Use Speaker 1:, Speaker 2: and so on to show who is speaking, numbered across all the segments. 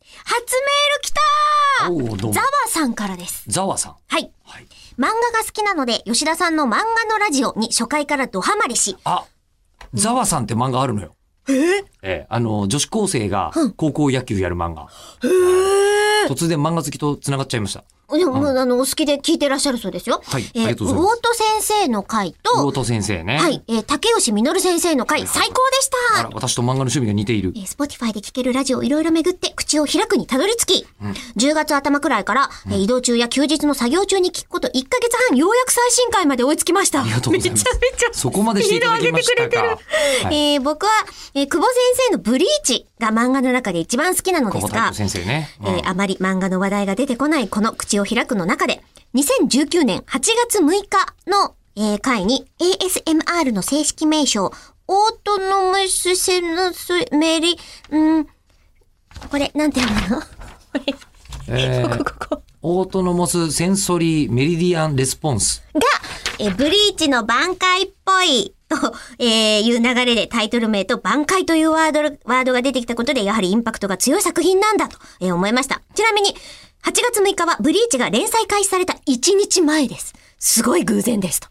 Speaker 1: 初メール
Speaker 2: お
Speaker 1: 来
Speaker 2: うどう
Speaker 1: た
Speaker 2: も
Speaker 1: ザワさんからです。
Speaker 2: ざわさん。
Speaker 1: はい。
Speaker 2: はい。
Speaker 1: 漫画が好きなので、吉田さんの漫画のラジオに初回からドハマりし、
Speaker 2: あ、ざわさんって漫画あるのよ。ええあの、女子高生が高校野球やる漫画。突然漫画好きと繋がっちゃいました。
Speaker 1: でもあの、お好きで聞いてらっしゃるそうですよ。
Speaker 2: はい
Speaker 1: えー
Speaker 2: ありがとうございます
Speaker 1: 魚戸先生の回
Speaker 2: 魚
Speaker 1: と、
Speaker 2: 戸先生ね。
Speaker 1: はい、えー竹吉実先生の回、最高でし
Speaker 2: あ
Speaker 1: た
Speaker 2: ら、私と漫画の趣味が似ている
Speaker 1: え。ー Spotify で聴けるラジオをいろいろ巡って口を開くにたどり着き、10月頭くらいから、えー移動中や休日の作業中に聞くこと1ヶ月半ようやく最新回まで追いつきました。
Speaker 2: ありがとうございま
Speaker 1: め
Speaker 2: す
Speaker 1: ちゃめちゃ
Speaker 2: そこまでしていただきましたか。はい。
Speaker 1: えー僕は、えー久保先生のブリーチが漫画の中で一番好きなのです
Speaker 2: 久保太
Speaker 1: が
Speaker 2: 郎、先生ね。うん
Speaker 1: えーあまり漫画の話題が出てこないこの口を開くの中で、2019年8月6日の、えー回に ASMR の正式名称、オートノムスセノスメリ、うん、これ、なんて読むのこ
Speaker 2: えー
Speaker 1: れ、 ここここ。
Speaker 2: オートノモスセンソリーメリディアンレスポンス。
Speaker 1: が、えーブリーチの挽回っぽい、と、えーいう流れでタイトル名と挽回というワード、ワードが出てきたことで、やはりインパクトが強い作品なんだと、えー思いました。ちなみに、8月6日はブリーチが連載開始された1日前です。すごい偶然ですと。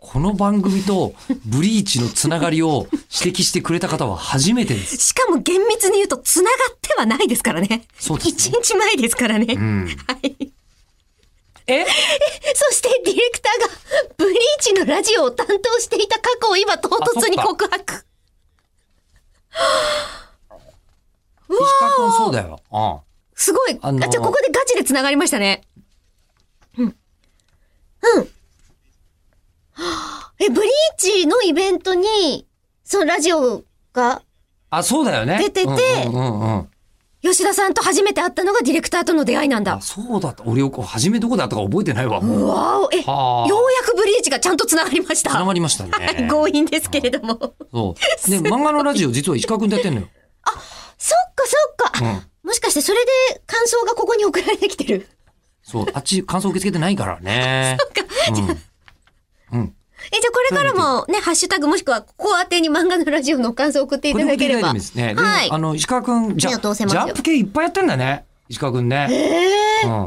Speaker 2: この番組とブリーチのつながりを指摘してくれた方は初めてです。
Speaker 1: しかも厳密に言うと、繋がってはないですからね。
Speaker 2: そうですね
Speaker 1: 1日前ですからね。
Speaker 2: ん
Speaker 1: はい。
Speaker 2: え
Speaker 1: そしてディレクターがブリーチのラジオを担当していた過去を今唐突に告白。
Speaker 2: 石川君そうだよ。うん。
Speaker 1: すごい。あ
Speaker 2: あのー
Speaker 1: じゃあここでガチで繋がりましたね。うん。 うん。はあえ、ブリーチのイベントに、そのラジオが、
Speaker 2: あ、そうだよね。
Speaker 1: 出てて
Speaker 2: うんうんうんうん。
Speaker 1: 吉田さんと初めて会ったのがディレクターとの出会いなんだ
Speaker 2: あ、。そうだった。俺よく初めどこだったか覚えてないわ。もう。
Speaker 1: うわお、え、よ
Speaker 2: はあ
Speaker 1: うやくブリーチがちゃんと繋がりました。
Speaker 2: 繋がりま したね。
Speaker 1: はい、強引ですけれども。
Speaker 2: そう。で、漫画のラジオ実は石川君でやっ てんのよ。
Speaker 1: そっかそっか。
Speaker 2: うん。
Speaker 1: もしかしてそれで感想がここに送られてきてる。
Speaker 2: そう。あっち感想受け付けてないからね。うん。うん。
Speaker 1: え、じゃあこれからもね、ハッシュタグもしくはここ宛てに漫画のラジオの感想を送って いた
Speaker 2: これも
Speaker 1: だけ
Speaker 2: 聞
Speaker 1: れ
Speaker 2: い
Speaker 1: ば。
Speaker 2: たいですね。でも
Speaker 1: はい。
Speaker 2: あの、石川くん、じゃ、
Speaker 1: 目
Speaker 2: ジ
Speaker 1: を通せますよ
Speaker 2: ャンプ系いっぱいやってんだね。石川くんね。
Speaker 1: ええ
Speaker 2: うん。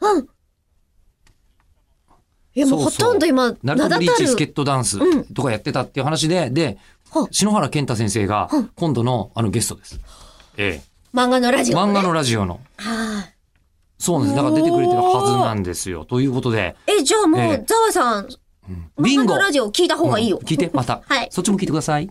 Speaker 1: うん。いや、もう
Speaker 2: そ
Speaker 1: ほ
Speaker 2: うそう
Speaker 1: とんど今、名
Speaker 2: ナ
Speaker 1: だ
Speaker 2: ル
Speaker 1: た
Speaker 2: トブリーチスケ
Speaker 1: る。
Speaker 2: ットダン
Speaker 1: うん
Speaker 2: スとかやってたっていう話で、で
Speaker 1: は、
Speaker 2: 篠原健太先生が
Speaker 1: うん
Speaker 2: 今度のあのゲストです。え
Speaker 1: 漫画のラ
Speaker 2: え。
Speaker 1: ジオ、ね。
Speaker 2: 漫画のラジオの。
Speaker 1: はあ
Speaker 2: そうなんです。だから出てくれてるはずなんですよ。ということで、
Speaker 1: え、じゃあも
Speaker 2: え
Speaker 1: う
Speaker 2: え、
Speaker 1: ざわさん、
Speaker 2: ビ
Speaker 1: 漫
Speaker 2: ン
Speaker 1: 画
Speaker 2: ゴ
Speaker 1: のラジオ聞いた方がいいよ。
Speaker 2: うん聞いて、また
Speaker 1: 。はい
Speaker 2: そっちも聞いてください。